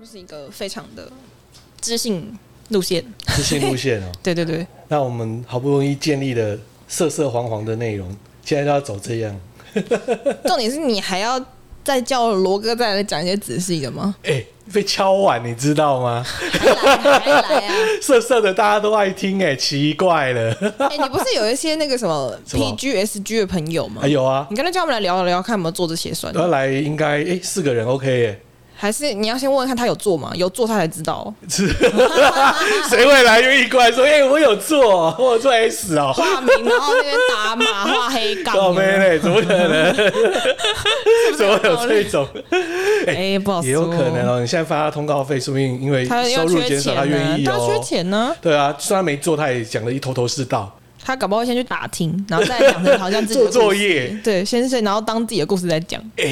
就是一个非常的知性路线。自信路线哦。对对对， 那我们好不容易建立了色色黄黄的内容，现在都要走这样。 重点是你还要再叫罗哥再来讲一些仔细的吗？哎、被敲碗，你知道 吗？还来还来啊！色色的大家都爱听、哎，奇怪了。哎、你不是有一些那个什么什么 PGSG 的朋友吗还？有啊，你跟他叫他们来聊聊，看有没有做这些算要来应该哎、四个人 OK 哎、还是你要先问问看他有做吗？有做他才知 道。是谁会来愿意过来说哎、我有做，我有做 S 哦。化名，然后那边打码画黑杠。倒霉嘞，哎怎么可 能？怎么有这种？哎、不好说，也有可能哦。你现在发他通告费，说不定因为他收要入缺钱减少，呢，他愿意他缺哦。钱呢、对啊，虽然没做，他也讲的一头头是道。他搞不好先去打听，然后再讲成好像自己的做故事作。业。对，先是然后当自己的故事在讲，哎、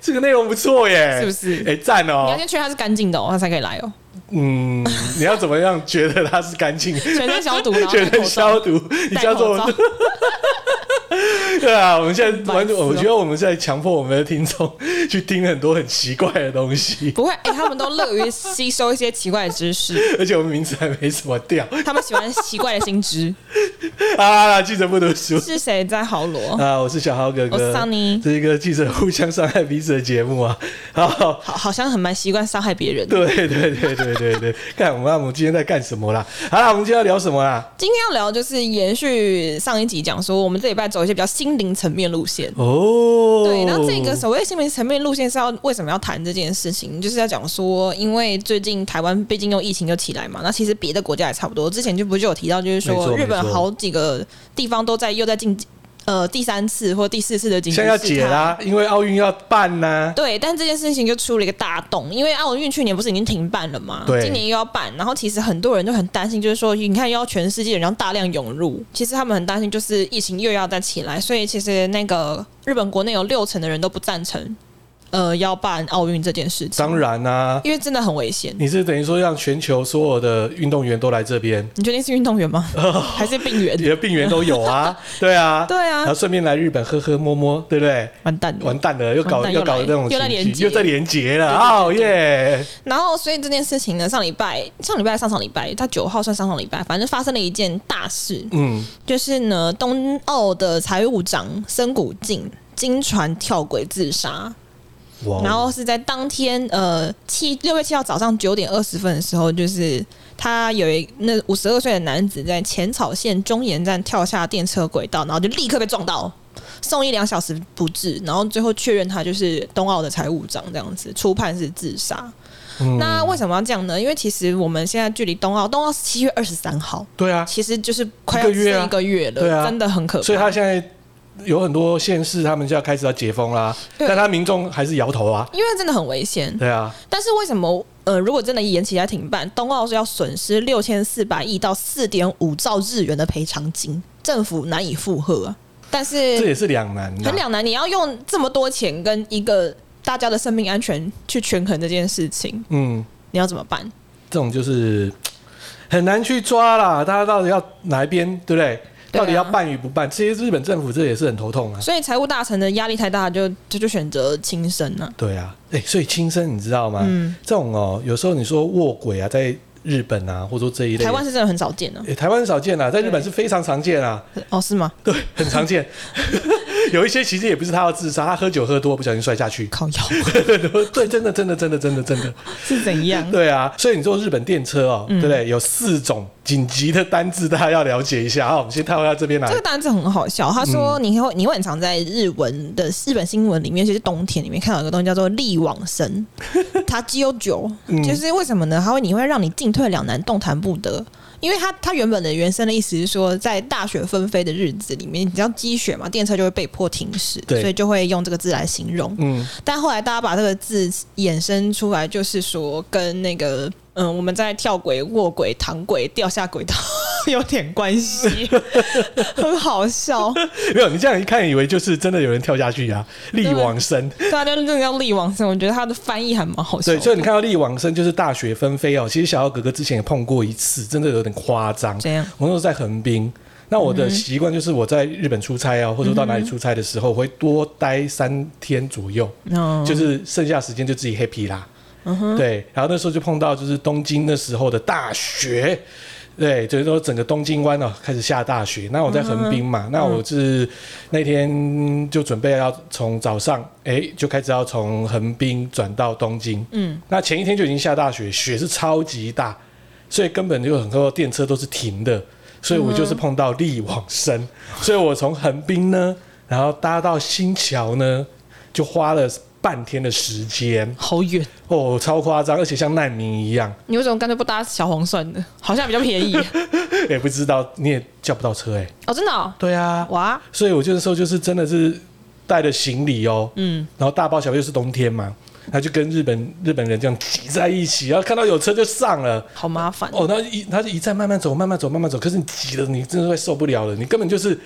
这个内容不错耶，是不是哎、赞你哦要。先确认他是干净的、哦，他才可以来哦。嗯，你要怎么样觉得它是干 净？全身消毒， 然后觉戴得口消罩，毒， 你戴叫口罩做。对啊，我们现在白完痴全，哦我觉得我们在强迫我们的听众去听很多很奇怪的 东西，不会，哎、他们都乐于吸收一些奇怪的知识，而且我们名字还没什么调。他们喜欢奇怪的新知。啊，记者不读书是谁在豪罗？啊！我是小豪哥我是哥，桑尼这是一个记者互相伤害彼此的节目啊。好，好，好像很蛮习惯伤害别人。对对对对对 对，看我们啊我们今天在干什么啦？好啦，我们今天要聊什么啦？今天要聊就是延续上一集讲说，我们这礼拜走一些比较心灵层面路线。哦，对，那这个所谓心灵层面路线是要为什么要谈这件事情？就是要讲说，因为最近台湾毕竟用疫情就起来嘛，那其实别的国家也差不多。之前就不是就有提到，就是没错说日本没错好几个地方都在又在进呃第三次或第四次的紧急现在要事解态。啦，因为奥运要办呐、对，但这件事情就出了一个大洞，因为奥运去年不是已经停办了嘛，对今年又要办，然后其实很多人就很担心，就是说，你看又要全世界人要大量涌入，其实他们很担心，就是疫情又要再起来，所以其实那个日本国内有六成的人都不赞成，呃，要办奥运这件事情，当然啦、因为真的很危险。你是等于说让全球所有的运动员都来这边，你确定是运动员 吗？还是病你源？的病源都有 啊，对啊，对啊然后顺便来日本喝喝摸摸，对不对？完蛋了！完蛋了，又搞完蛋搞又来那种又在情连绪，结又在连结了，哦对对耶！然后，所以这件事情呢，上礼拜、上礼拜、上上礼拜，他九号算上上礼拜，反正发生了一件大事。嗯，就是呢，冬奥的财务长森谷静经船跳轨自杀，哇哦，然后是在当天呃七六月七号早上九点二十分的时候，就是他有一那五十二岁的男子在浅草县中岩站跳下电车轨道，然后就立刻被撞到，送医两小时不治，然后最后确认他就是冬奥的财务长这样子，初判是自杀。嗯那为什么要这样呢？因为其实我们现在距离冬奥，冬奥是七月二十三号，对啊，其实就是快要一个月啊剩一个月了，对啊真的很可怕。所以他现在有很多县市，他们就要开始要解封啦，对但他民众还是摇头啊，因为真的很危险。对啊，但是为什么？呃，如果真的延期来停办，冬奥是要损失六千四百亿到四点五兆日元的赔偿金，政府难以负荷啊。但这是也是两难的很。两难，你要用这么多钱跟一个大家的生命安全去权衡这件事情，嗯，你要怎么办？这种就是嘖很难去抓啦，大家到底要哪一边，对不对？对啊到底要办与不办？其实日本政府这也是很头痛啊。所以财务大臣的压力太大，就就就选择轻生了、对啊，哎、所以轻生你知道吗？嗯这种哦，有时候你说卧轨啊，在日本啊，或者说这一类，台湾是真的很少见啊。诶台湾少见啊，在日本对是非常常见啊，哦，是吗？对，很 常见。有一些其实也不是他要自杀，他喝酒喝多不小心摔下去。 靠腰 对，真的，真的，真的，真的，真的，是怎样？对啊。所以你坐日本电车嗯哦，对不对？有四种紧急的单字，大家要了解一下啊。我们先跳到这边来这个。单字很好笑，他说你会你会很常在日文的日本新闻里面，就是冬天里面看到一个东西叫做力往生，它只有酒，就是为什么呢？它会你会让你进退两难，动弹不得。因为它它原本的原生的意思是说，在大雪纷飞的日子里面，你只要积雪嘛，电车就会被迫停驶，对所以就会用这个字来形容。嗯，但后来大家把这个字衍生出来，就是说跟那个嗯，我们在跳轨、卧轨、躺轨、掉下轨道 有点关 系，很好笑。没有，你这样一看，以为就是真的有人跳下去啊，力往生。大家真的叫力往生，我觉得他的翻译还蛮好笑对，的。所以你看到力往生就是大雪纷飞哦。其实小姚哥哥之前也碰过一次，真的有点夸张。怎样？我那时候在横滨，那我的习惯就是我在日本出差啊，或者说到哪里出差的时候，我会多待三天左右，嗯，就是剩下时间就自己 happy 啦。对，然后那时候就碰到就是东京那时候的大雪，对，就是说整个东京湾哦开始下大雪。那我在横滨嘛，那我是那天就准备要从早上哎、就开始要从横滨转到东京，嗯，那前一天就已经下大雪，雪是超级大，所以根本就很多电车都是停的，所以我就是碰到力往生，所以我从横滨呢，然后搭到新桥呢，就花了半天的时间。好远，哦，超夸张，而且像难民一样，你为什么干脆不搭小黄算呢？好像比较便 宜也哎不知道你也叫不到车哎、哦，真的、哦，对啊，哇，所以我就那时候就是真的是带着行李哦，嗯，然后大包小包又是冬天嘛，他就跟日本日本人这样挤在一起，然后看到有车就上了。好麻烦，哦，那一他就一站慢慢走，慢慢走，慢慢走。可是你急了，你真的会受不了了。你根本就是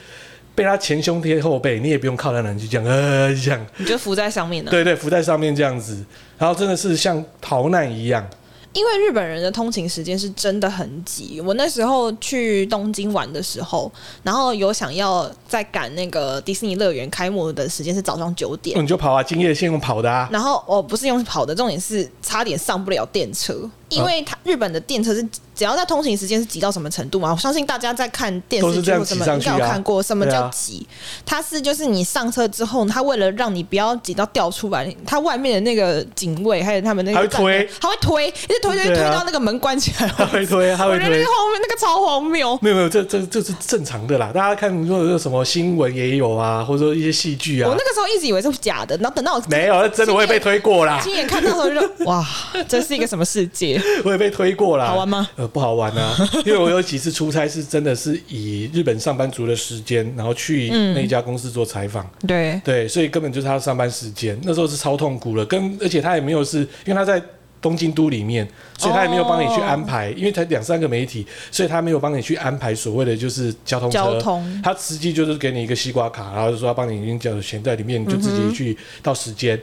被他前胸贴后背，你也不用靠他人去这样呃这样，你就浮在上面了。对对，浮在上面这样子，然后真的是像逃难一样。因为日本人的通勤时间是真的很挤。我那时候去东京玩的时候，然后有想要在赶那个迪士尼乐园开幕的时间是早上九点，哦你就跑啊，今夜线用跑 的啊。然后我不是用跑的，重点是差点上不了电车，因为它日本的电车是只要在通行时间是挤到什么程度嘛？我相信大家在看电都视是这剧样或什么挤上应去啊该有看过，什么对叫啊挤？它是就是你上车之后，它为了让你不要挤到掉出来，它外面的那个警卫还有他们那个还会站的推，还会推，一直推推推对啊推到那个门关起来。 他会推，他啊我会觉得那推个。后面那个超荒谬。没有没有，这这这是正常的啦。大家看，如果有什么新闻也有啊，或者说一些戏剧啊我那，个时候一直以为是假的，然后等到我没有，那真的我也被推过啦，亲眼看到的时候，就哇，这是一个什么世界？ 我也被推过啦。好玩吗？呃，不好玩 啊，因为我有几次出差是真的是以日本上班族的时间，然后去嗯那一家公司做采访。对，对，所以根本就是他上班时间，那时候是超痛苦了，跟而且他也没有是因为他在东京都里面，所以他也没有帮你去安排，因为才两三个媒体，所以他没有帮你去安排所谓的就是交通车，交通他司机就是给你一个西瓜卡，然后就说要帮你已经交钱在里面，你就自己去到时间，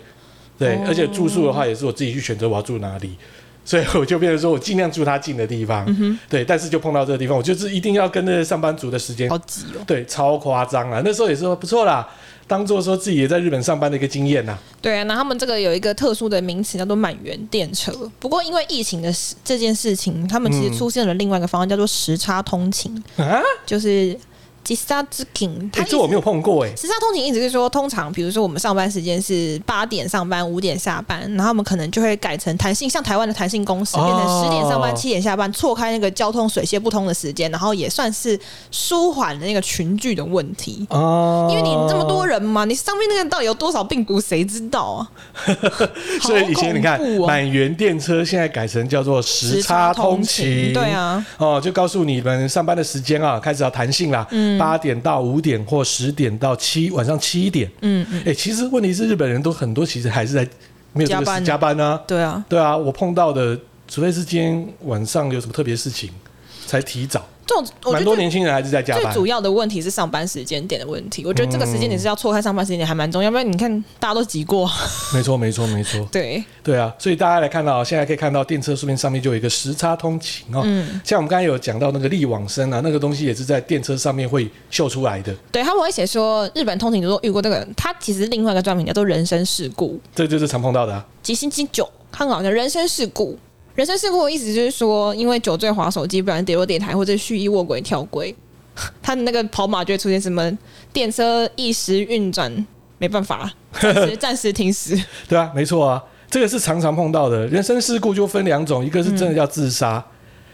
对，而且住宿的话也是我自己去选择我要住哪里。所以我就变成说，我尽量住他近的地方，对，但是就碰到这个地方，我就是一定要跟那上班族的时间好挤哦。对，超夸张啊！那时候也是说不错啦，当做说自己也在日本上班的一个经验呐。对啊，那他们这个有一个特殊的名词叫做满员电车。不过因为疫情的事这件事情，他们其实出现了另外一个方案，叫做时差通勤，啊，就是吉萨之 king。它哎，意这我没有碰过哎。时差通勤意思是说，通常比如说我们上班时间是八点上班，五点下班，然后我们可能就会改成弹性，像台湾的弹性公司，哦变成十点上班，七点下班，错开那个交通水泄不通的时间，然后也算是舒缓了那个群聚的问题。哦因为你这么多人嘛，你上面那个到底有多少病毒，谁知道 啊？所以以前你看好恐怖，哦满员电车现在改成叫做时差通勤，对。啊，哦，就告诉你们上班的时间啊，开始要弹性啦，嗯八、点到五点或十点到七晚上七点。嗯，哎、其实问题是日本人都很多，其实还是在没有这个加班时啊加班啊。对啊。对啊，我碰到的，除非是今天晚上有什么特别事情才提早，这种我蛮觉多得最年轻人还是在加最班。主要的问题是上班时间点的问题。我觉得这个时间点是要错开上班时间点还蛮重要，要不然你看大家都挤过。没错，没错，没错， 对，对啊，所以大家来看到，现在可以看到电车书面上面就有一个时差通勤哦，嗯像我们刚才有讲到那个力往生啊，那个东西也是在电车上面会秀出来的，对他们会写说日本通勤中遇过这个，他其实另外一个专名叫做人身事故，这就是常碰到的、啊。即星期九，看好像人身事故。人身事故的意思就是说，因为酒醉划手机，不然跌落电台或者蓄意卧轨跳轨， 他的那个跑马就会出现什么电车一时运转没办法，暂时 暂时停驶。对啊，没错啊，这个是常常碰到的。人身事故就分两种，一个是真的叫自杀，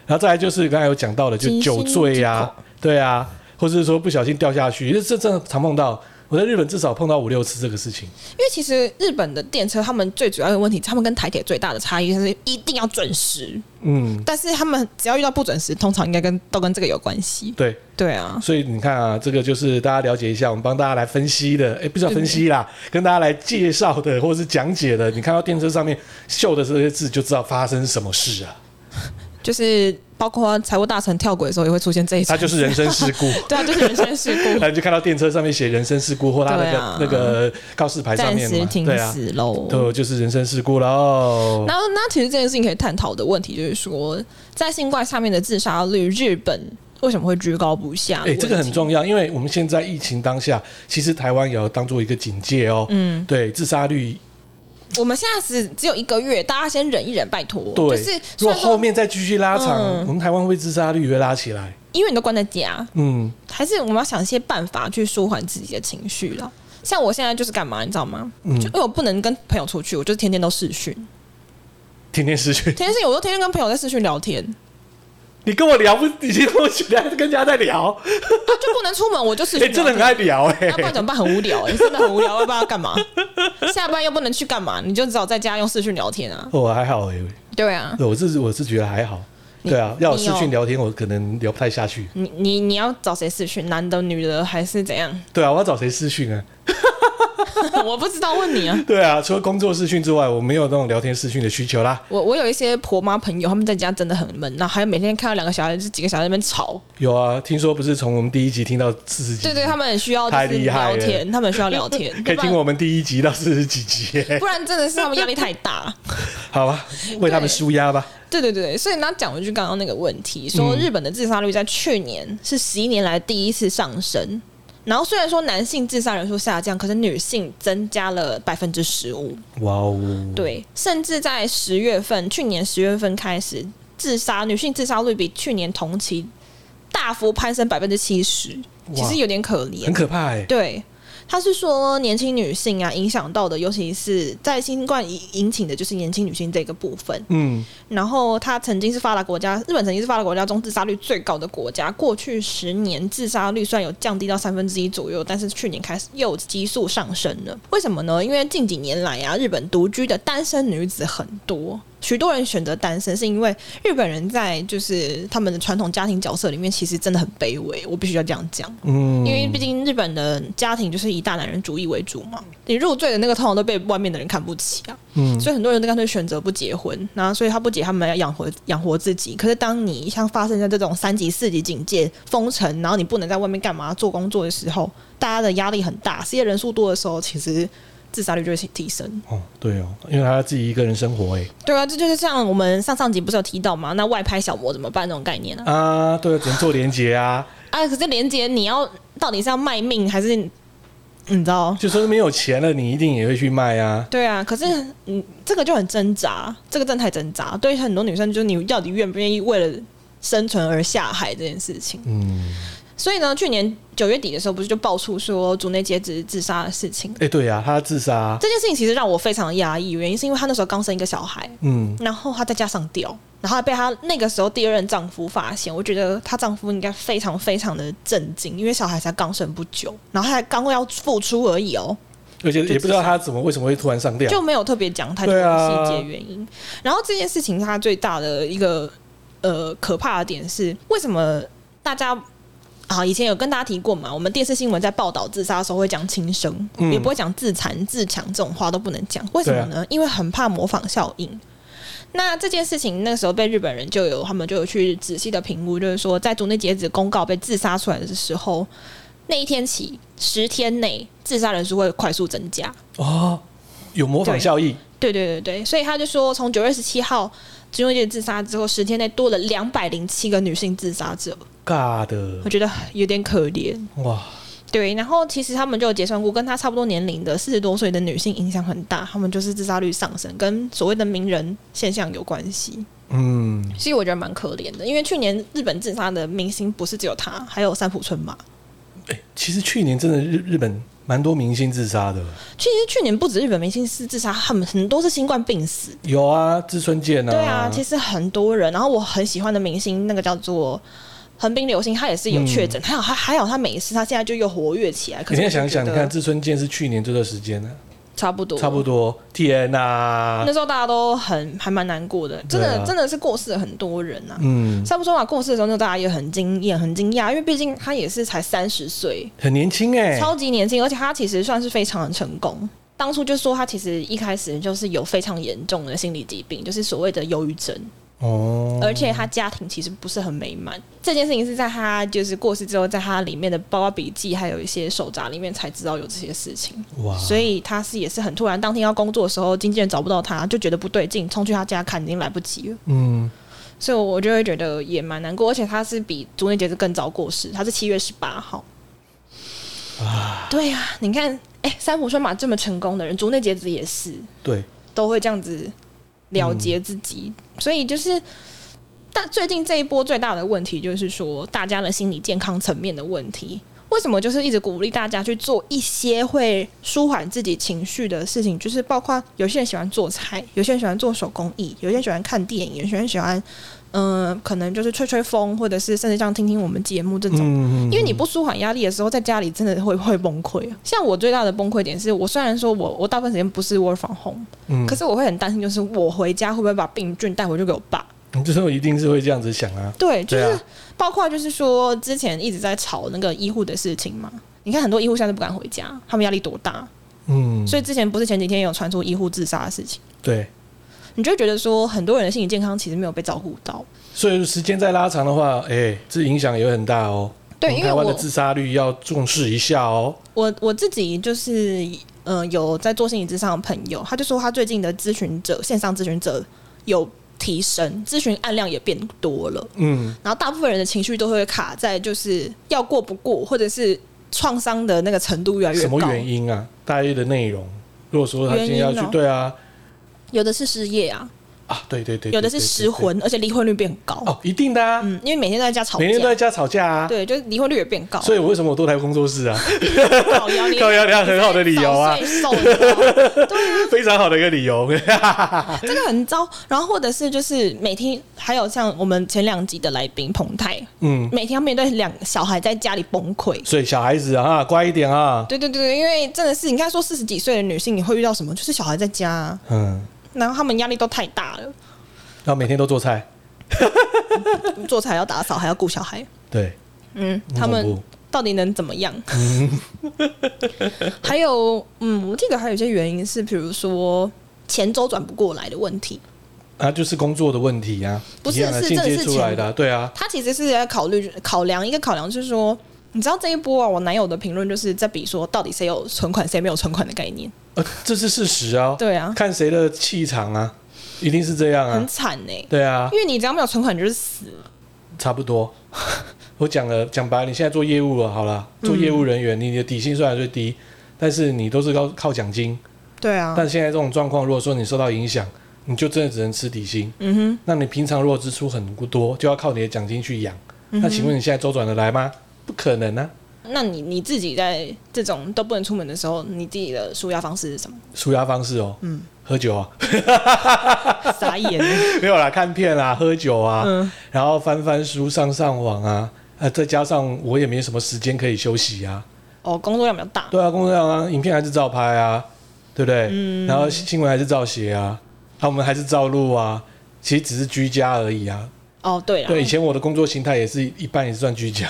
然后再来就是刚才有讲到的，就嗯急性酒醉呀、之啊，对啊，或是说不小心掉下去，这这真的常碰到。我在日本至少碰到五六次这个事情。因为其实日本的电车，他们最主要的问题，他们跟台铁最大的差异就是一定要准时，嗯，但是他们只要遇到不准时，通常应该跟都跟这个有关系。对，对啊，所以你看啊，这个就是大家了解一下，我们帮大家来分析的，哎、不是要分析啦，跟大家来介绍的或者是讲解的。你看到电车上面秀的这些字，就知道发生什么事 啊，就是包括财务大臣跳轨的时候也会出现这一它场，就是人身事 故。对啊，就是人身事故，然后你就看到电车上面写人身事故或它那对 个、啊那个告示牌上暂面时嘛，停对啊，止喽。对，就是人身事故喽。然后，那其实这件事情可以探讨的问题就是说，在新冠下面的自杀率，日本为什么会居高不下？哎、这个很。重要，因为我们现在疫情当下，其实台湾也要当做一个警戒哦。嗯，对，自杀率我们现在只只有一个月，大家先忍一忍，拜托。就对，是如虽果然说后面再继续拉长，嗯我们台湾会不会自杀率会拉起来。因为你都关在家，嗯，还是我们要想一些办法去舒缓自己的情绪啦。像我现在就是干嘛，你知道吗？嗯就因为我不能跟朋友出去，我就是天天都视讯，天天失去。天天是我都天天跟朋友在视讯聊天，你跟我聊不？你今天跟我去聊，还是跟人家 在聊？啊就不能出门，我就视哎、讯、真的很爱，聊哎、 要不然怎么办？很无聊、欸，真的很无聊，要不然要干嘛？下班又不能去干嘛，你就只好在家用视讯聊天啊。我还好哎、对啊，我是我是觉得还好。你对啊，要有你视有讯聊天，我可能聊不太下去。你你你要找谁视讯？男的、女的还是怎样？ 对啊，我要找谁视讯啊？我不知道，问你啊。对啊，除了工作视讯之外，我没有那种聊天视讯的需求啦。我我有一些婆妈朋友，他们在家真的很闷，然后还有每天看到两个小孩，就几个小孩在那边吵。有啊，听说不是从我们第一集听到四十集，对对，他们很需要就太是厉害聊了天，他们很需要聊 天，可以不然听我们第一集到四十几集 耶、不然真的是他们压力太大。好吧，为他们舒压吧。对对对，所以那讲回去刚刚那个问题，说嗯日本的自杀率在去年是十一年来第一次上升。然后虽然说男性自杀人数下降，可是女性增加了百分之十五。哇哦，对，甚至在十月份，去年十月份开始，自杀女性自杀率比去年同期大幅攀升百分之七十，其哇实有点可很怜。可怕哎、对，他是说年轻女性啊，影响到的，尤其是在新冠引引起的就是年轻女性这个部分。嗯，然后，它曾经是发达国家，日本曾经是发达国家中自杀率最高的国家。过去十年自杀率虽然有降低到三分之一左右，但是去年开始又急速上升了。为什么呢？因为近几年来啊，日本独居的单身女子很多，许多人选择单身是因为日本人在就是他们的传统家庭角色里面，其实真的很卑微。我必须要这样讲。嗯，因为毕竟日本的家庭就是以大男人主义为主嘛，你入赘的那个通常都被外面的人看不起啊，嗯所以很多人都干脆选择不结婚，然后所以他不结，他们要养活养活自己。可是当你像发生在这种三级、四级警戒、封城，然后你不能在外面干嘛做工作的时候，大家的压力很大，失业人数多的时候，其实自杀率就会提升。哦，对哦，因为他自己一个人生活哎、对啊，这就是像我们上上集不是有提到嘛，那外拍小模怎么办那种概念啊？啊，对，只能做连接 啊，啊，可是连杰你要到底是要卖命还是你知道？就说没有钱了，你一定也会去卖啊。对啊，可是嗯，这个就很挣扎，这个真的太挣扎。对于很多女生，就是你到底愿不愿意为了生存而下海这件事情。嗯，所以呢，去年九月底的时候，不是就爆出说竹内结子自杀的事情？哎、对啊，他自杀，这件事情其实让我非常压抑，原因是因为她那时候刚生一个小孩，嗯，然后她在家上吊，然后还被她那个时候第二任丈夫发现。我觉得她丈夫应该非常非常的震惊，因为小孩才刚生不久，然后她才刚要付出而已哦。而且也不知道他怎么为什么会突然上吊，就没有特别讲太多对的啊细节原因。然后这件事情它最大的一个呃可怕的点是，为什么大家？啊，以前有跟大家提过嘛，我们电视新闻在报道自杀的时候会讲轻生，嗯也不会讲自残、自强这种话都不能讲，为什么呢？因为很怕模仿效应。那这件事情那时候被日本人就有他们就有去仔细的评估，就是说在竹内结子公告被自杀出来的时候，那一天起十天内自杀人数会快速增加。哦，有模仿效应，对对对对，所以他就说，从九月十七号金钟姐自杀之后，十天内多了两百零七个女性自杀者，尬的我，觉得有点可怜。哇，对，然后其实他们就有结算过，跟她差不多年龄的四十多岁的女性影响很大，她们就是自杀率上升，跟所谓的名人现象有关系。嗯，其实我觉得蛮可怜的，因为去年日本自杀的明星不是只有她，还有三浦春马。哎其实去年真的日日本蛮多明星自杀的，其实去年不止日本明星是自杀，他们很多是新冠病死。有啊，志村健啊，对啊，其实实很多人，然后我很喜欢的明星，那个叫做横滨流星，他也是有确诊，还有他还有他没事，他现在就又活跃起来。可嗯你是现在我想一想，觉你得看志村健是去年这段时间呢、啊差不多，差不多。多，天呐、啊那，时候大家都很还蛮难过的，真的、对啊真的是过世了很多人呐、啊。嗯，差不多嘛，过世的时候，那大家也很惊艳、很惊讶，因为毕竟他也是才三十岁，很年轻哎、超级年轻，而且他其实算是非常的成功。当初就说他其实一开始就是有非常严重的心理疾病，就是所谓的忧郁症。哦，而且他家庭其实不是很美满。这件事情是在他就是过世之后，在他里面的包括笔记还有一些手札里面才知道有这些事情，哇，所以他是也是很突然，当天要工作的时候，经纪人找不到他，就觉得不对劲，冲去他家看，已经来不及了。嗯，所以我就会觉得也蛮难过，而且他是比竹内结子更早过世，他是七月十八号。啊对呀、你看，哎、三浦春马这么成功的人，竹内结子也是。对，都会这样子了结自己，所以就是。但最近这一波最大的问题就是说，大家的心理健康层面的问题。为什么就是一直鼓励大家去做一些会舒缓自己情绪的事情？就是包括有些人喜欢做菜，有些人喜欢做手工艺，有些人喜欢看电影，有些人喜欢嗯、呃可能就是吹吹风，或者是甚至像听听我们节目这种。嗯因为你不舒缓压力的时候，在家里真的会会崩溃啊。像我最大的崩溃点是我虽然说我我大部分时间不是 work from home，、嗯可是我会很担心，就是我回家会不会把病菌带回去给我爸？ 你这时候一定是会这样子想啊，对，就对是啊包括就是说之前一直在吵那个医护的事情嘛。你看很多医护现在都不敢回家，他们压力多大？嗯，所以之前不是前几天也有传出医护自杀的事情，对，你就会觉得说很多人的心理健康其实没有被照顾到。所以时间再拉长的话，哎、这影响也会很大哦。对，我们因为台湾的我自杀率要重视一下哦。我我自己就是呃有在做心理咨商的朋友，他就说他最近的咨询者线上咨询者有提升，咨询案量也变多了，嗯，然后大部分人的情绪都会卡在就是要过不过，或者是创伤的那个程度越来越什高么，原因啊？大约的内容，如果说他今天要去原因，哦对啊，有的是失业啊，啊，对对对，有的对是失。对对婚，而且离婚率变高，哦，一定的啊，嗯，因为每天都在家吵 每天都架在。家吵架啊。对，就是离婚率也变高， 所以我为什么我多台工作室啊？靠腰， 你靠腰你看很好的理由早啊睡瘦你知道吗 非常好的一个理由。 真的很糟。然后或者是就是每天还有像我们前两集的来宾彭泰，嗯，每天要面对两小孩在家里崩溃。所以小孩子啊，乖一点啊。对对对对，因为真的是你看说四十几岁的女性，你会遇到什么？就是小孩在家、啊，嗯，然后他们压力都太大了，然后每天都做菜，做菜还要打扫，还要顾小孩，对，嗯，很他恐们怖到底能怎么样？ 还有，嗯，我记得还有一些原因是，比如说钱周转不过来的问题。啊，就是工作的问题啊，不是一样啊是间这个接是出来的啊，对啊，他其实是在考虑考量一个考量，就是说，你知道这一波啊，我男友的评论就是在比说到底谁有存款，谁没有存款的概念。呃，这是事实啊，对啊，看谁的气场啊，一定是这样很啊，惨呢、对啊，因为你只要没有存款，你就是死了。差不多。 我讲了讲白了，你现在做业务了，好了，做业嗯务人员，你的底薪虽然最低，但是你都是靠靠奖金。对啊，但现在这种状况，如果说你受到影响，你就真的只能吃底薪。嗯哼，那你平常如果支出很多，就要靠你的奖金去养。嗯那请问你现在周转得来吗？不可能啊！那你你自己在这种都不能出门的时候，你自己的舒压方式是 什么？舒压方式哦，嗯，喝酒啊，傻眼，欸 没有啦，看片啊，喝酒啊，嗯然后翻翻书、上上网啊，啊，再加上我也没什么时间可以休息啊。哦，工作量比较大，对啊，工作量啊，影片还是照拍啊，对不对？然后新闻还是照写啊，啊，我们还是照录啊，其实只是居家而已啊。哦，对对，以了，前我的工作形态也是一半也是算居家，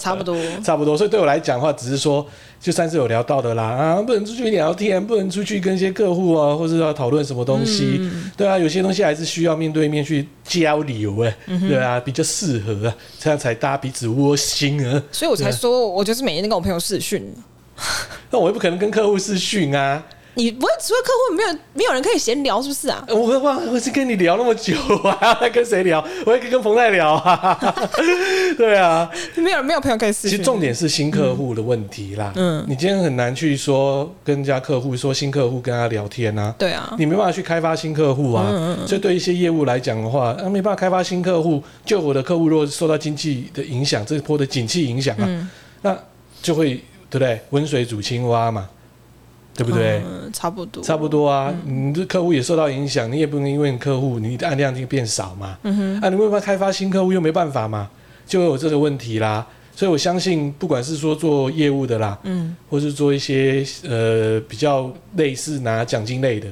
差不多，差不多。所以对我来讲的话，只是说，就上次有聊到的啦，啊，不能出去聊天，不能出去跟一些客户啊，或是要讨论什么东西，对啊，有些东西还是需要面对面去交流、哎、对啊，比较适合啊，这样才大家彼此窝心啊。所以我才说，我就是每天都跟我朋友视讯。那我又不可能跟客户视讯啊，你不会除了客户，没有没有人可以闲聊，是不是啊？我我我是跟你聊那么久啊，还跟谁聊？我也可以跟彭泰聊啊， 对啊。没有没有朋友可以视其讯实。重点是新客户的问题啦，嗯嗯，你今天很难去说跟人家客户说新客户跟他聊天啊，对啊，你没办法去开发新客户啊，所以对一些业务来讲的话，啊，没办法开发新客户，就我的客户如果受到经济的影响，这波的景气影响啊，那就会对不对？温水煮青蛙嘛，对不对？嗯，差不多，差不多啊，你这客户也受到影响，你也不能因为你客户你的按量就变少嘛，嗯啊，你没办法开发新客户又没办法嘛，就会有这个问题啦。所以我相信，不管是说做业务的啦，嗯，或是做一些呃比较类似拿奖金类的，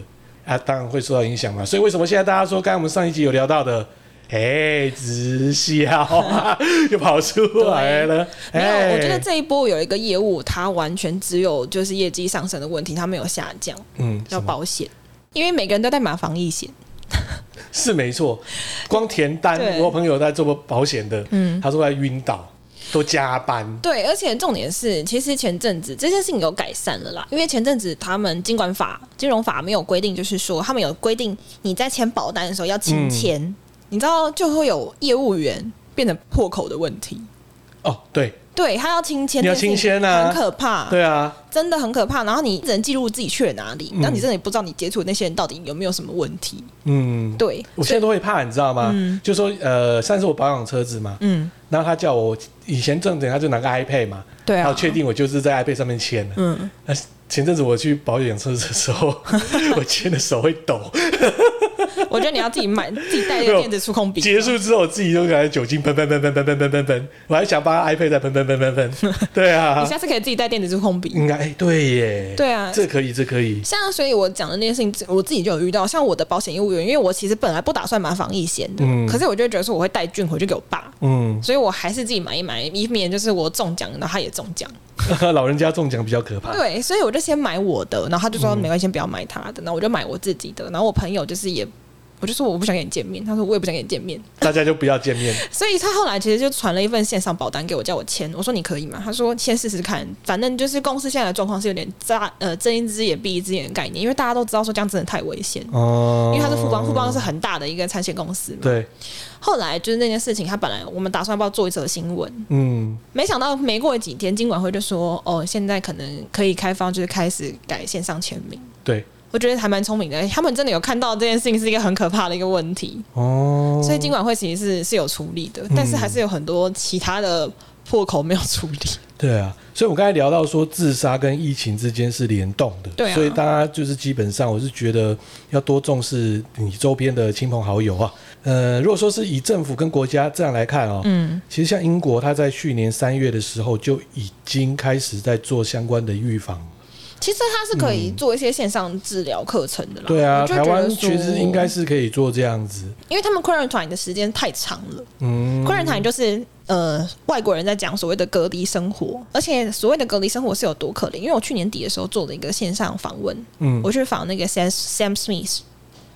啊，当然会受到影响嘛。所以为什么现在大家说，刚才我们上一集有聊到的，哎、直销啊， 又跑出来了，没有，哎我觉得这一波有一个业务，它完全只有就是业绩上升的问题，它没有下降，嗯，叫什么保险。因为每个人都在买防疫险，是没错，光填单，对我朋友在做保险的，嗯他说他晕倒，都加班，对，而且重点是，其实前阵子这件事情有改善了啦，因为前阵子他们金管法、金融法没有规定，就是说他们有规定你在签保单的时候要亲签，嗯你知道就会有业务员变成破口的问题，哦，对，对他要清签，你要这件事清签情啊很可怕，对啊，真的很可怕。然后你只能记录自己去了哪里，然后你真的也不知道你接触的那些人到底有没有什么问题。嗯，对，我现在都会怕，你知道吗？就说呃，上次我保养车子嘛，嗯，然后他叫我以前正经他就拿个 iPad 嘛，对然啊后，确定我就是在 iPad 上面签的。嗯，那前阵子我去保养车子的时候，我签的手会抖，我觉得你要自己买，自己带那个电子触 控笔。结束之后我自己都感觉酒精喷喷喷喷喷喷喷喷喷，我还想帮他 iPad 再喷喷喷喷喷。对啊你，下次可以自己带电子触控笔。应该哎对耶，对啊这可以，这可以。像所以，我讲的那些事情，我自己就有遇到。像我的保险业务员，因为我其实本来不打算买防疫险的，嗯可是我就觉得说我会带菌回去给我爸，嗯， 所以我还是自己买一买，以免就是我中奖，然后他也中奖。老人家中奖比较可怕。对，所以我就先买我的，然后他就说没关系，先不要买他的，然后我就买我自己的。然后我朋友就是也，我就说我不想跟你见面，他说我也不想跟你见面，大家就不要见面。所以他后来其实就传了一份线上保单给我，叫我签。我说你可以吗？他说先试试看，反正就是公司现在的状况是有点扎呃睁一只眼闭一只眼的概念，因为大家都知道说这样真的太危险。哦因为他是富邦，富邦是很大的一个产险公司嘛。对，后来就是那件事情，他本来我们打算要不要做一则新闻，嗯没想到没过几天，金管会就说，哦，现在可能可以开放，就是开始改线上签名。对，我觉得还蛮聪明的，他们真的有看到这件事情是一个很可怕的一个问题，哦，嗯所以金管会其实是是有处理的，但是还是有很多其他的破口没有处理。对啊，所以我刚才聊到说自杀跟疫情之间是联动的，对啊所以大家就是基本上我是觉得要多重视你周边的亲朋好友啊。呃，如果说是以政府跟国家这样来看哦，嗯，其实像英国，它在去年三月的时候就已经开始在做相关的预防。其实它是可以做一些线上治疗课程的啦。对啊，我就台觉得湾说其实应该，是可以做这样子。因为他们困扰团的时间太长了。嗯，困扰团就是呃外国人在讲所谓的隔离生活，而且所谓的隔离生活是有多可怜。因为我去年底的时候做了一个线上访问，嗯我去访那个 Sam Sam Smith，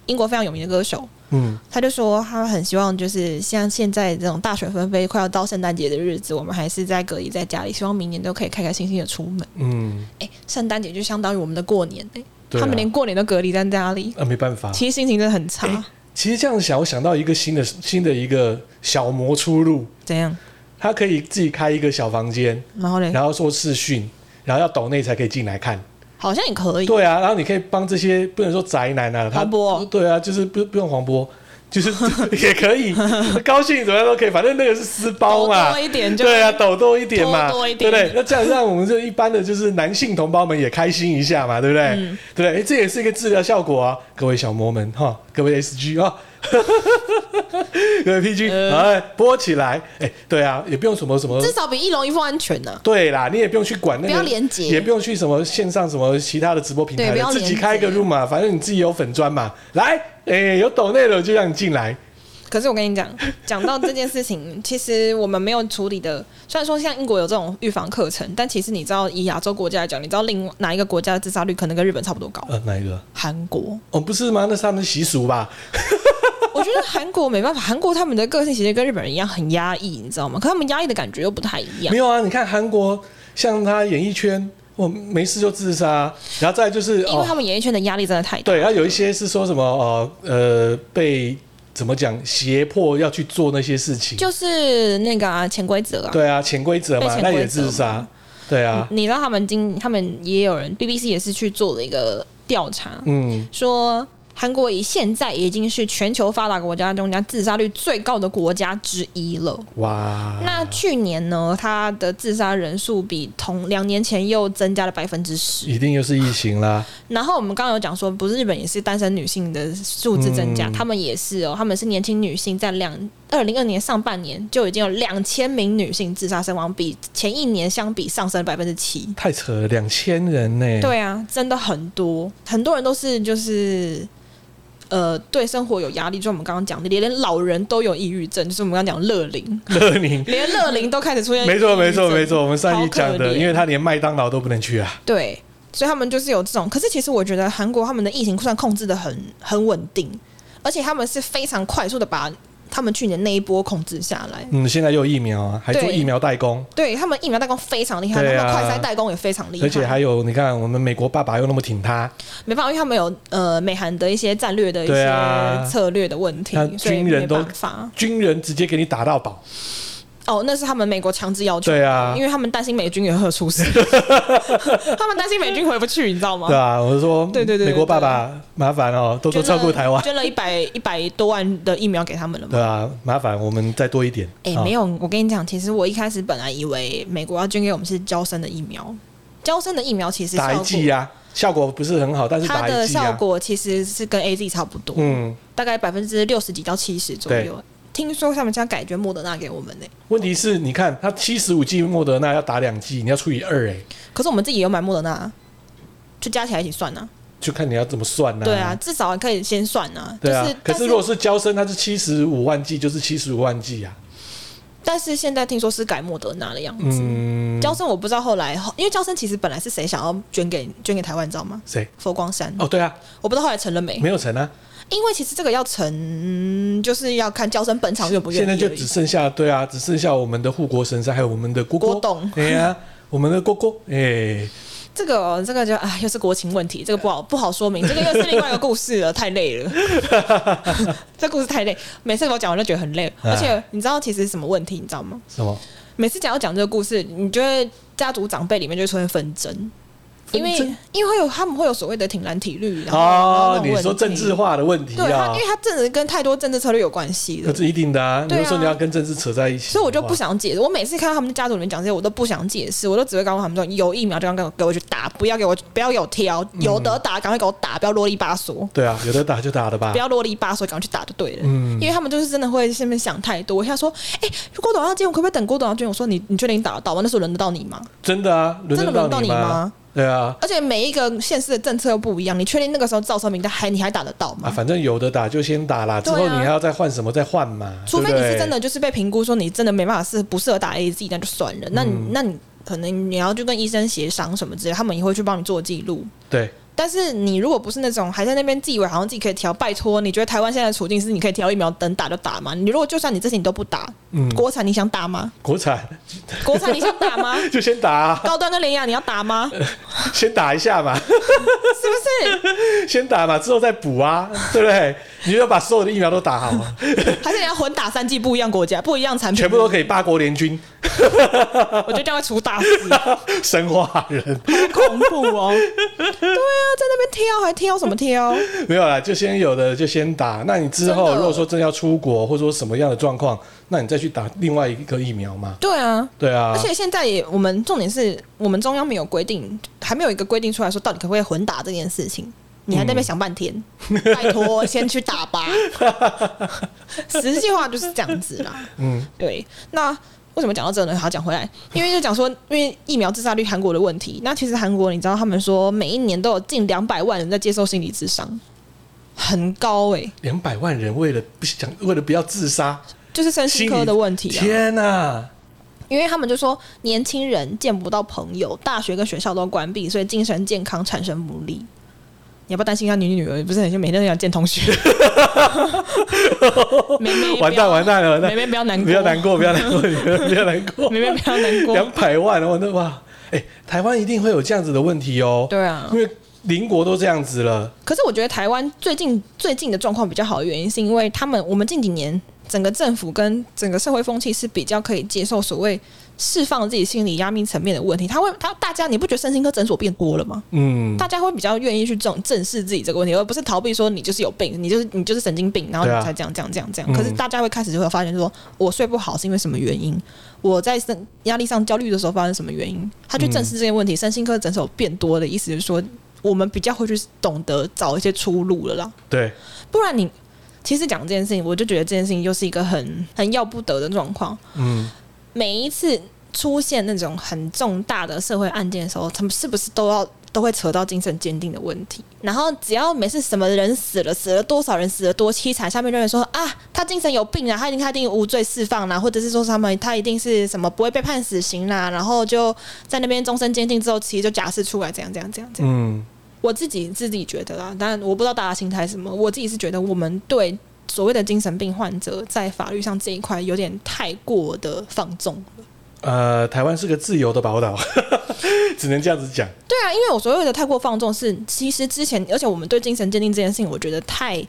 英国非常有名的歌手，嗯他就说他很希望就是像现在这种大雪纷飞、快要到圣诞节的日子，我们还是在隔离在家里，希望明年都可以开开心心的出门。嗯，哎、圣诞节就相当于我们的过年哎、对啊他们连过年都隔离在家里，啊，没哎办法。其实心情真的很差。诶其实这样想，我想到一个新的新的一个小魔出路，怎样？他可以自己开一个小房间，然后嘞，然后做视讯，然后要抖内才可以进来看。好像也可以。对啊，然后你可以帮这些不能说宅男啊，他黄渤对啊，就是不不用黄渤，就是 也可以高兴怎么样都可以，反正那个是私包嘛多。一点就啊对啊，抖动一点嘛，多多一对点不对？那这样让我们这一般的就是男性同胞们也开心一下嘛，对不对？嗯对不对？诶这也是一个治疗效果啊，各位小魔们哈， 各位 SG 啊，各位 PG，哎，呃播起来，哎，对啊，也不用什么什么至少比一龙一凤安全啊呢、对啦，你也不用去管那个，不要连结也不用去什么线上什么其他的直播平台对不了，要自连己开一个结 room 嘛，反正你自己有粉砖嘛，来，哎、有抖内了就让你进来，可是我跟你讲，讲到这件事情， 其实我们没有处理的。虽然说像英国有这种预防课程，但其实你知道，以亚洲国家来讲，你知道另外哪一个国家的自杀率可能跟日本差不多高？呃，哪一个？韩国。哦，不是吗？那是他们的习俗吧？我觉得韩国没办法，韩国他们的个性其实跟日本人一样很压抑，你知道吗？可他们压抑的感觉又不太一样没。有啊，你看韩国，像他演艺圈，我没事就自杀，然后再来就是因为他哦，们演艺圈的压力真的太大，对，然后有一些是说什么呃呃被怎么讲胁迫要去做那些事情，就是那个啊潜规则啊。对啊，潜规则被嘛，潜那规则也自杀，对啊，你知道他们今他们也有人，BBC 也是去做了一个调查，嗯说韩国以现在已经是全球发达国家中间自杀率最高的国家之一了。哇，那去年呢，它的自杀人数比同两年前又增加了百分之十。一定又是疫情啦。然后我们刚刚有讲说，不是日本也是单身女性的数字增加，嗯他们也是哦，他们是年轻女性在两二零二年上半年就已经有两千名女性自杀身亡，比前一年相比上升百分之七。太扯了，两千人呢。，对啊，真的很多，很多人都是就是呃，对生活有压力，就我们刚刚讲的，连老人都有抑郁症，就是我们刚刚讲乐 龄，乐宁，连乐龄都开始出现，没错没错没，错，我们上一集讲好可的，怜因为他连麦当劳都不能去啊。对。所以他们就是有这种，可是其实我觉得韩国他们的疫情算控制的很很稳定，而且他们是非常快速的把他们去年那一波控制下来。嗯，现在又有疫苗啊，还做对疫苗代工，对他们疫苗代工非常厉害，对啊然后快筛代工也非常厉害，而且还有你看，我们美国爸爸又那么挺他，没办法，因为他们有呃美韩的一些战略的一对啊些策略的问题，那所以军人没都办法。军人直接给你打到饱，哦，那是他们美国强制要求，对啊因为他们担心美军也会出 事，他们担心美军回不去，你知道吗？对啊，我是说，对对对对美国爸爸麻烦哦，多多照顾台湾，捐了一百一百多万的疫苗给他们了嘛？对啊，麻烦我们再多一点。 哎、啊没有，我跟你讲，其实我一开始本来以为美国要捐给我们是胶生的疫苗，胶生的疫苗其实打效一果剂啊，效果不是很好，但是它打的一剂效啊，果其实是跟 A Z 差不多，嗯，大概百分之六十几到七十左右。听说他们现在改捐莫德纳给我们呢、问题是，你看他七十五剂莫德纳要打两剂，你要除以二，哎，可是我们自己也有买莫德纳啊，就加起来一起算呢、就看你要怎么算啊。啦、对啊，，至少可以先算呢、啊。对啊就是。可但是如果是交生，它是七十五万剂，就是七十五万剂啊。但是现在听说是改莫德纳的样子。嗯，交生我不知道后来，因为交生其实本来是谁想要捐给捐给台湾，你知道吗？谁？佛光山，哦，对啊，我不知道后来成了没，没有成啊，因为其实这个要成，就是要看交生本场愿不愿意现而在已。就只剩下对啊，只剩下我们的护国神山，还有我们的郭郭董哎呀、我们的郭郭，哎、这个哦、这个就啊，又是国情问题，这个不好不好说明，这个又是另外一个故事了，太累 了。这故事太累，每次我讲我就觉得很累，哎而且你知道其实什么问题，你知道吗？什么？每次讲要讲这个故事，你觉得家族长辈里面就会出现纷争。因为纷争因为会有他们会有所谓的挺蓝体绿，然后然后那哦，种你问说题政治化的问题对他，啊因为，他政治跟太多政治策略有关系那了，是一定的啊。你对啊就说你要跟政治扯在一起，所以我就不想。想解释。我每次看到他们家族里面讲这些，我都不想解释，我都只会告诉他们说：有疫苗就赶快给我去打，不要给我不要有挑，嗯有得打赶快给我打，不要啰里吧嗦。对啊，有的打就打了吧不。要啰里吧嗦，赶快去打就对了。嗯因为他们就是真的会下面想太多。我现在说，哎、郭董要捐，我可不可以等郭董要捐？我说你你确定你打得到吗？那时候轮得到你吗？真的啊，轮真的得轮到你吗？吗？对啊，而且每一个县市的政策又不一样，你确定那个时候造成名单还你还打得到啊，吗？反正有的打就先打啦，之嗯对啊后你还要再换什么再换嘛，除非对你不对是真的就是被评估说你真的没办法是不适合打 A Z，那就算了。那你、嗯那你可能你要去跟医生协商什么之类，他们也会去帮你做记录。对，但是你如果不是那种还在那边自以为好像自己可以调，拜托，你觉得台湾现在的处境是你可以调疫苗，等打就打吗？你如果就算你这些你都不打，嗯，国产你想打 吗？国产国产你想打吗？就先打啊，高端跟联雅你要打吗？先打一下嘛， 是不先打嘛，之后再补啊，对不对？你就要把所有的疫苗都打好啊，是？还是你要混打三剂不一样国家、不一样产品？全部都可以八国联军我觉得这样会出大事，好生化人，恐怖哦！对啊，在那边挑还挑什么挑？没有啦，就先有的就先打。那你之真后的哦如果说真要出国或者说什么样的状况，那你再去打另外一个疫苗嘛，对啊，对啊而，且现在也我们重点是我们中央没有规定，还没有一个规定出来说到底可不可以混打这件事情。你还在那边想半天，拜托，先去打吧。 实际话就是这样子啦。嗯，对，那为什么讲到这呢？好，讲回来，因为就讲说，因为疫苗自杀率韩国的问题。那其实韩国，你知道他们说每一年都有近两百万人在接受心理智商，很高欸诶、两百万人为了不想为了不要自杀，就是身心心理科的问题啊。天哪、因为他们就说年轻人见不到朋友，大学跟学校都关闭，所以精神健康产生不利。你要不要担心一下你女儿？不是很就每天都想见同 学，妹妹完蛋完蛋了，完妹蛋，妹不要难过，不要难过，不要难过， 不要难过，妹妹不要难过。两百万，我那哇，哎、台湾一定会有这样子的问题哦，对啊因，为邻国都这样子了，可是我觉得台湾最近最近的状况比较好的原因，是因为他们我们近几年整个政府跟整个社会风气是比较可以接受所谓释放自己心理压力层面的问题。他会他大家你不觉得身心科诊所变多了吗？嗯，大家会比较愿意去正正视自己这个问题，而不是逃避说你就是有病，你就是你就是神经病，然后你对啊才这样这样这样这样。嗯可是大家会开始就会发现说，我睡不好是因为什么原因？我在身压力上焦虑的时候发生什么原因？他去正视这些问题，身心科诊所变多的意思就是说，我们比较会去懂得找一些出路了啦。对，不然你其实讲这件事情，我就觉得这件事情又是一个很很要不得的状况。嗯，每一次出现那种很重大的社会案件的时候，他们是不是都要都会扯到精神鉴定的问题？然后只要每次什么人死了，死了多少人，死了多凄惨，下面就会说啊，他精神有病啊，他一定他一定无罪释放啦、或者是说什么他一定是什么不会被判死刑啦、然后就在那边终身监禁之后，其实就假释出来，这样这样这样这样。嗯，我自己自己觉得啦，但我不知道大家心态是什么。我自己是觉得我们对所谓的精神病患者在法律上这一块有点太过的放纵了。呃，台湾是个自由的宝岛， 只能这样子讲，对啊，因为我所谓的太过放纵是，其实之前，而且我们对精神鉴定这件事情，我觉得太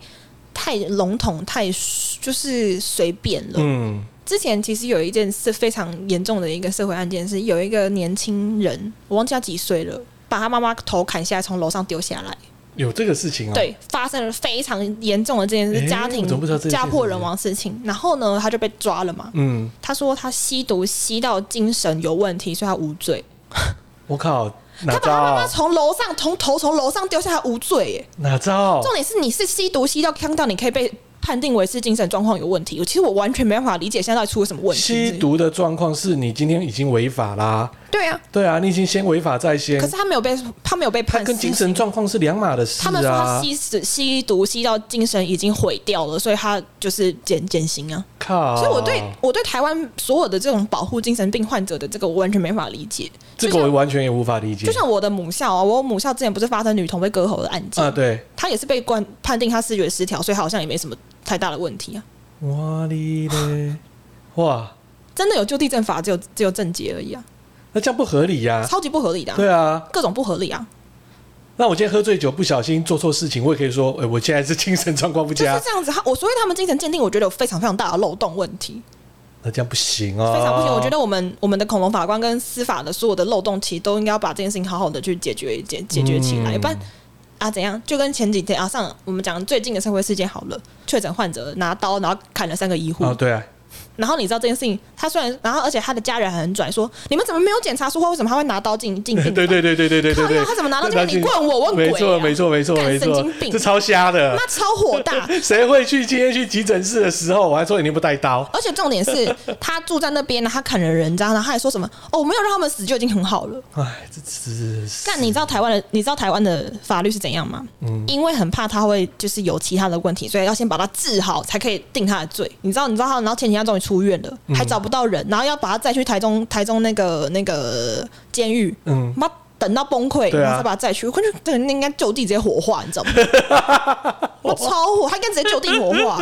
太笼统，太就是随便了。嗯，之前其实有一件是非常严重的一个社会案件，是有一个年轻人，我忘记他几岁了，把他妈妈头砍下来，从楼上丢下来。有这个事情啊？，对，发生了非常严重的这件诶事，家哎我庭怎么不知道这件事家破人亡的事情。然后呢，他就被抓了嘛。嗯，他说他吸毒吸到精神有问题，所以他无罪。我靠，哪他把他妈妈招？啊从楼上从头从楼上丢下来，无罪耶。哪招？重点是你是吸毒吸到呛到，你可以被判定为是精神状况有问题。我其实我完全没办法理解现在到底出了什么问题。吸毒的状况是你今天已经违法啦，对啊，对啊，你已经先违法在先可，是他没有被他没有被他判跟死精神状况是两码的事他们说他啊。吸食吸毒吸到精神已经毁掉了，所以他就是减减刑啊。靠！所以我对我对台湾所有的这种保护精神病患者的这个，我完全没法理解。这个我完全也无法理解就。像我的母校啊，我母校之前不是发生女童被割喉的案件，啊，对，她也是被关判定她视觉失调，所以好像也没什么太大的问题啊。哇哩 嘞，哇，真的有就地正法，只有只有正解而已啊，那这样不合理呀。超级不合理的、啊，对啊，各种不合理啊，那我今天喝醉酒不小心做错事情，我也可以说，哎，我现在是精神状况不就是佳，这样子。他我所以他们精神鉴定，我觉得有非常非常大的漏洞问题。那这样不行哦，非常不行。我觉得我们我们的恐龙法官跟司法的所有的漏洞，其实都应该要把这件事情好好的去解决解解决起来，嗯不然啊怎样？就跟前几天啊上我们讲最近的社会事件好了，确诊患者拿刀然后砍了三个医护，哦， 对啊，然后你知道这件事情，他虽然然后而且他的家人还很拽说，你们怎么没有检查出为什么他会拿刀进进 对病对房？对对对对对靠对腰对，他怎么拿到这边？你问我，问鬼、没啊，错没错没错干没神错经，病这超瞎的。那超火大。谁会去今天去急诊室的时候，我还说你不带刀？而且重点 是他住在那边，然后他砍了人渣，然后他还说什么哦，我没有让他们死就已经很好了。哎，这只是嗯但你知道台湾的，你知道台湾的法律是怎样吗？因为很怕他会就是有其他的问题，所以要先把他治好，才可以定他的罪。你知道，你知道他，然后前几天他终于出院了，嗯还找不到人，然后要把他再去台中台中那个那个监狱，嗯，妈等到崩溃，对啊然后再把他再去，我感觉这个人应该就地直接火化，你知道 吗？我超火，他应该直接就地火化，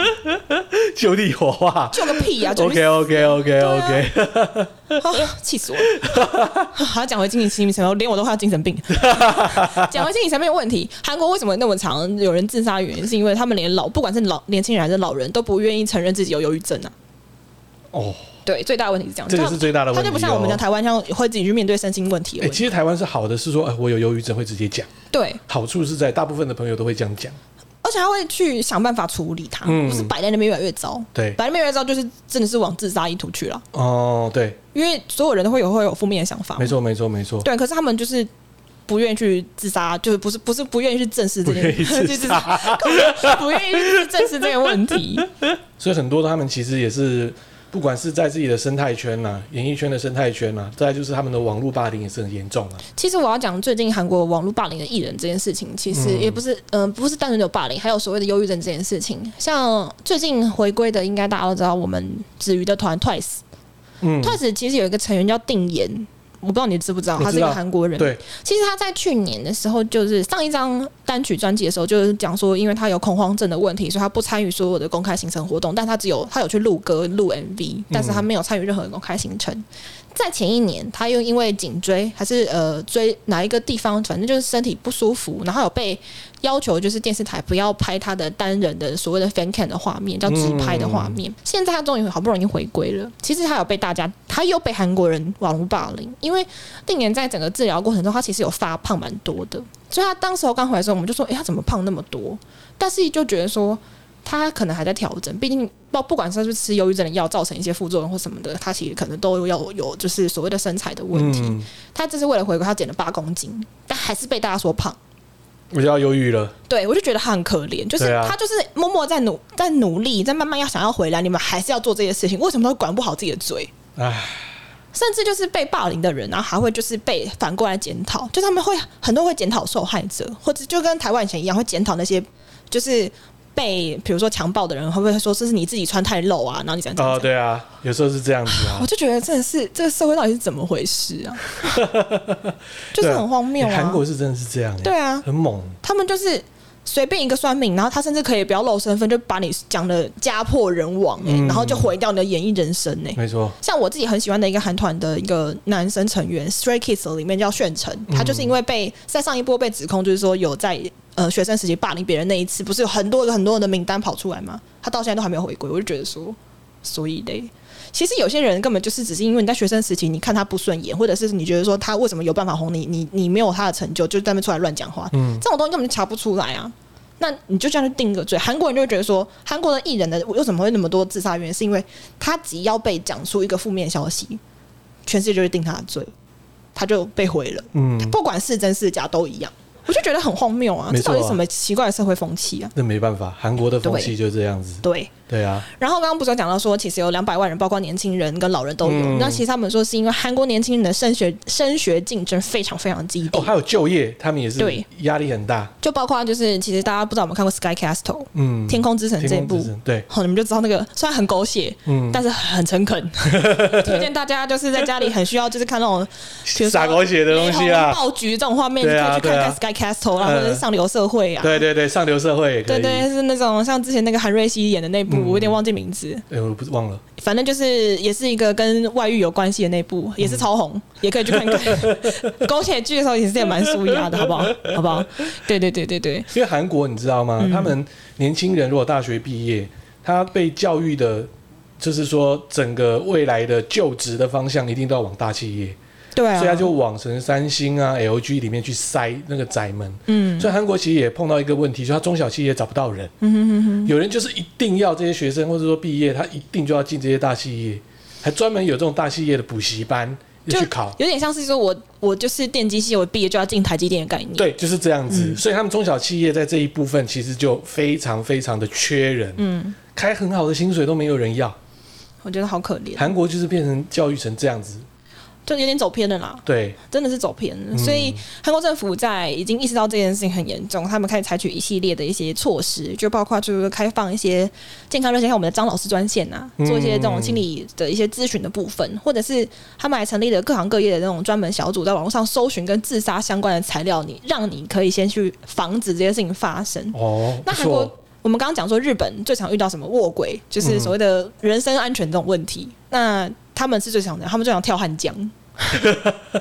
就地火 化。救个屁啊！就地 OK OK OK OK，啊 气死我了！ 好，讲回精神病，神，连我都快要精神病。 讲回精神病问题，韩国为什么那么常有人自杀？原因是因为他们连老，不管是老年轻人还是老人，都不愿意承认自己有忧郁症啊。哦，对，最大的问题是这样，这个是最大的问题哦他就不像我们讲台湾，像会自己去面对身心问题的哎，问题。其实台湾是好的，是说，哎，我有忧郁症会直接讲，对，好处是在大部分的朋友都会这样讲，而且他会去想办法处理它，嗯不是摆在那边越来越糟。对摆在那边越来越糟，就是真的是往自杀意图去了，哦，对，因为所有人都会有会有负面的想法嘛。没错没错没错，对，可是他们就是不愿意去自杀，就是不是不是不愿意 去正视这件不愿意自杀，就是不愿意去正视这个问 题。所以很多他们其实也是，不管是在自己的生态圈呐、演艺圈的生态圈呐、啊再来就是他们的网络霸凌也是很严重啊，其实我要讲最近韩国网络霸凌的艺人这件事情，其实也不是，嗯、不是单纯的霸凌，还有所谓的忧郁症这件事情。像最近回归的，应该大家都知道，我们子瑜的团 Twice，Twice、嗯，其实有一个成员叫定妍，我不知道你知不知道，我他是知一个道韩国人。对，啊其实他在去年的时候，就是上一张单曲专辑的时候，就是讲说，因为他有恐慌症的问题，所以他不参与所有的公开行程活动，但他只有他有去录歌、录 MV，但是他没有参与任何的公开行程。在前一年，他又因为颈椎还是呃椎哪一个地方，反正就是身体不舒服，然后有被要求就是电视台不要拍他的单人的所谓的 fan cam 的画面，叫直拍的画面。现在他终于好不容易回归了，其实他有被大家，他又被韩国人网络霸凌，因为定年在整个治疗过程中，他其实有发胖蛮多的，所以他当时候刚回来的时候，我们就说，诶，他怎么胖那么多？但是就觉得说。他可能还在调整，毕竟不不管是不是吃忧郁症的药造成一些副作用或什么的，他其实可能都有有就是所谓的身材的问题。嗯，他这是为了回归，他减了八公斤，但还是被大家说胖。我就要忧郁了，对，我就觉得他很可怜，就是对啊他就是默默在努在努力，在慢慢要想要回来，你们还是要做这些事情，为什么都管不好自己的嘴？ 唉，甚至就是被霸凌的人，然后还会就是被反过来检讨，就他们会很多会检讨受害者，或者就跟台湾以前一样会检讨那些就是被比如说强暴的人，会不会说这是你自己穿太露啊，然后你怎样怎样哦，怎样。对啊，有时候是这样子啊我。就觉得真的是这个社会到底是怎么回事 啊？就是很荒谬欸韩啊！国是真的是这样、欸，对啊，很猛。他们就是随便一个酸民，然后他甚至可以不要露身份，就把你讲的家破人亡、欸，嗯然后就毁掉你的演艺人生欸呢、没错，像我自己很喜欢的一个韩团的一个男生成员，Stray Kids 里面叫炫成，他就是因为被在上一波被指控，就是说有在呃学生时期霸凌别人那一次，不是有很多个很多人的名单跑出来吗？他到现在都还没有回归，我就觉得说。所以嘞。其实有些人根本就是只是因为你在学生时期你看他不顺眼，或者是你觉得说他为什么有办法红你，你你没有他的成就，就在那边出来乱讲话，嗯这种东西根本就查不出来啊。那你就这样去定个罪，韩国人就会觉得说，韩国的艺人呢为什么会那么多自杀原因，是因为他只要被讲出一个负面消息，全世界就会定他的罪，他就被毁了，嗯，不管是真是假都一样。我就觉得很荒谬啊，没这错啊到底什么奇怪的社会风气啊？那没办法，韩国的风气就是这样子。对，对啊，然后刚刚不是有讲到说，其实有两百万人，包括年轻人跟老人都有。嗯那其实他们说是因为韩国年轻人的升学升学竞争非常非常激烈，哦，还有就业，他们也是对压力很大。就包括就是其实大家不知道有没有看过《Sky Castle》嗯，天空之城这一天部空之，城对，好、你们就知道那个虽然很狗血，嗯，但是很诚 恳，推荐大家就是在家里很需要就是看那种比如说傻狗血的东西啊，爆菊这种画面，你可对啊以去看看《对 Sky Castle》啊，或者是上流社会啊。对对对，上流社会也可对以。嗯对，是那种像之前那个韩瑞熙演的那部，我有点忘记名字，哎，我不是忘了，反正就是也是一个跟外遇有关系的那嗯部，也是超红，也可以去看看。 狗血剧的时候也是也蛮舒压的，好不好？好不好？对对对对对，因为韩国你知道吗？嗯他们年轻人如果大学毕业，他被教育的，就是说整个未来的就职的方向一定都要往大企业，对啊。所以他就往成三星啊、LG 里面去塞那个窄门。嗯，所以韩国其实也碰到一个问题，就是他中小企业找不到人。嗯有人就是一定要这些学生，或者说毕业，他一定就要进这些大企业，还专门有这种大企业的补习班要就去考。有点像是说我我就是电机系，我毕业就要进台积电的概念。对，就是这样子。嗯所以他们中小企业在这一部分其实就非常非常的缺人，嗯，开很好的薪水都没有人要。我觉得好可怜，韩国就是变成教育成这样子，就有点走偏了啦。对，真的是走偏了。所以韩国政府在已经意识到这件事情很严重，他们开始采取一系列的一些措施，就包括就是开放一些健康热线，像我们的张老师专线啊，嗯做一些这种心理的一些咨询的部分，或者是他们还成立了各行各业的那种专门小组，在网络上搜寻跟自杀相关的材料，你让你可以先去防止这些事情发生。哦，嗯那不韩错国，我们刚刚讲说，日本最常遇到什么卧轨，就是嗯所谓的人身安全这种问题。那他们是最常的，他们最常跳汉江。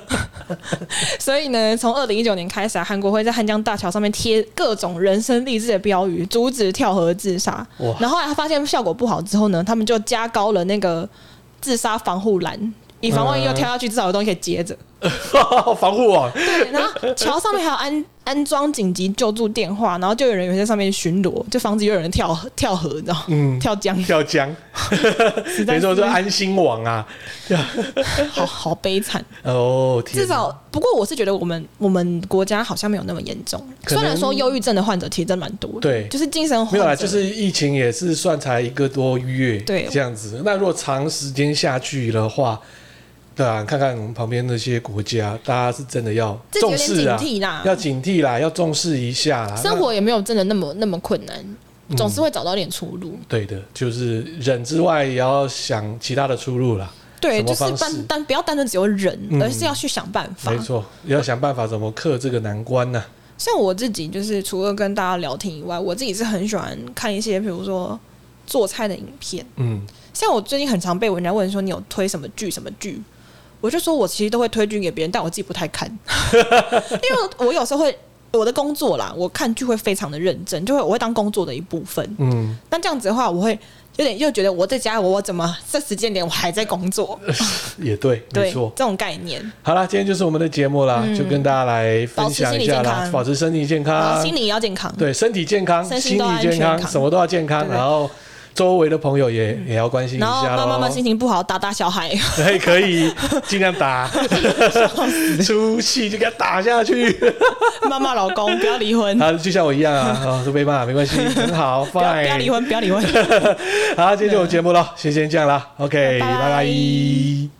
所以呢，从二零一九年开始啊，韩国会在汉江大桥上面贴各种人生励志的标语，阻止跳河自杀。哇然后后来他发现效果不好之后呢，他们就加高了那个自杀防护栏，以防嗯万一又跳下去，至少有东西可以接着。防护 网， 对，然后桥上面还有安安装紧急救助电话，然后就有人有在上面巡逻，就防止有人跳河跳河，你知道吗？嗯，跳江，跳 江，实在没是错，就安心网啊。好好悲惨。哦，天至少，不过我是觉得我们我们国家好像没有那么严重。可虽能然说忧郁症的患者其实真蛮多的，对就是精神患者没有啦，就是疫情也是算才一个多月，对这样子。那如果长时间下去的话，对啊，看看我们旁边那些国家，大家是真的要自己有重点视警啊，惕啦，要警惕啦，要重视一下啦。生活也没有真的那么那么困难，那总是、嗯会找到点出路。对的，就是忍之外，也要想其他的出路啦。对，什么就是方式单单不要单纯只有忍，嗯而是要去想办法。没错，也要想办法怎么克这个难关呢、像我自己，就是除了跟大家聊天以外，我自己是很喜欢看一些，比如说做菜的影片。嗯，像我最近很常被人家问说你有推什么剧什么剧，我就说我其实都会推剧给别人，但我自己不太看， 因为我有时候会我的工作啦，我看剧会非常的认真，就会我会当工作的一部分。嗯，那这样子的话，我会有点又觉得我在家我怎么这时间点我还在工作，也对，对呃没这错。种概念，好啦，今天就是我们的节目啦，嗯就跟大家来分享一下啦，保保持身体健然康后，心理也要健康。啊对，身体健康，身心心都理安全健康，康什么都要健康，对嗯然后周围的朋友也也要关心一然后下爸爸妈妈喽。 心情不好，打打小孩， 可以可以，尽量打，出气就给他打下去。 妈妈老公不要离婚，啊，就像我一样啊，啊都被骂没关系，很好不要不要离，fine。婚，不要离婚。好，今天就有节目了，先先这样啦，OK，拜拜拜拜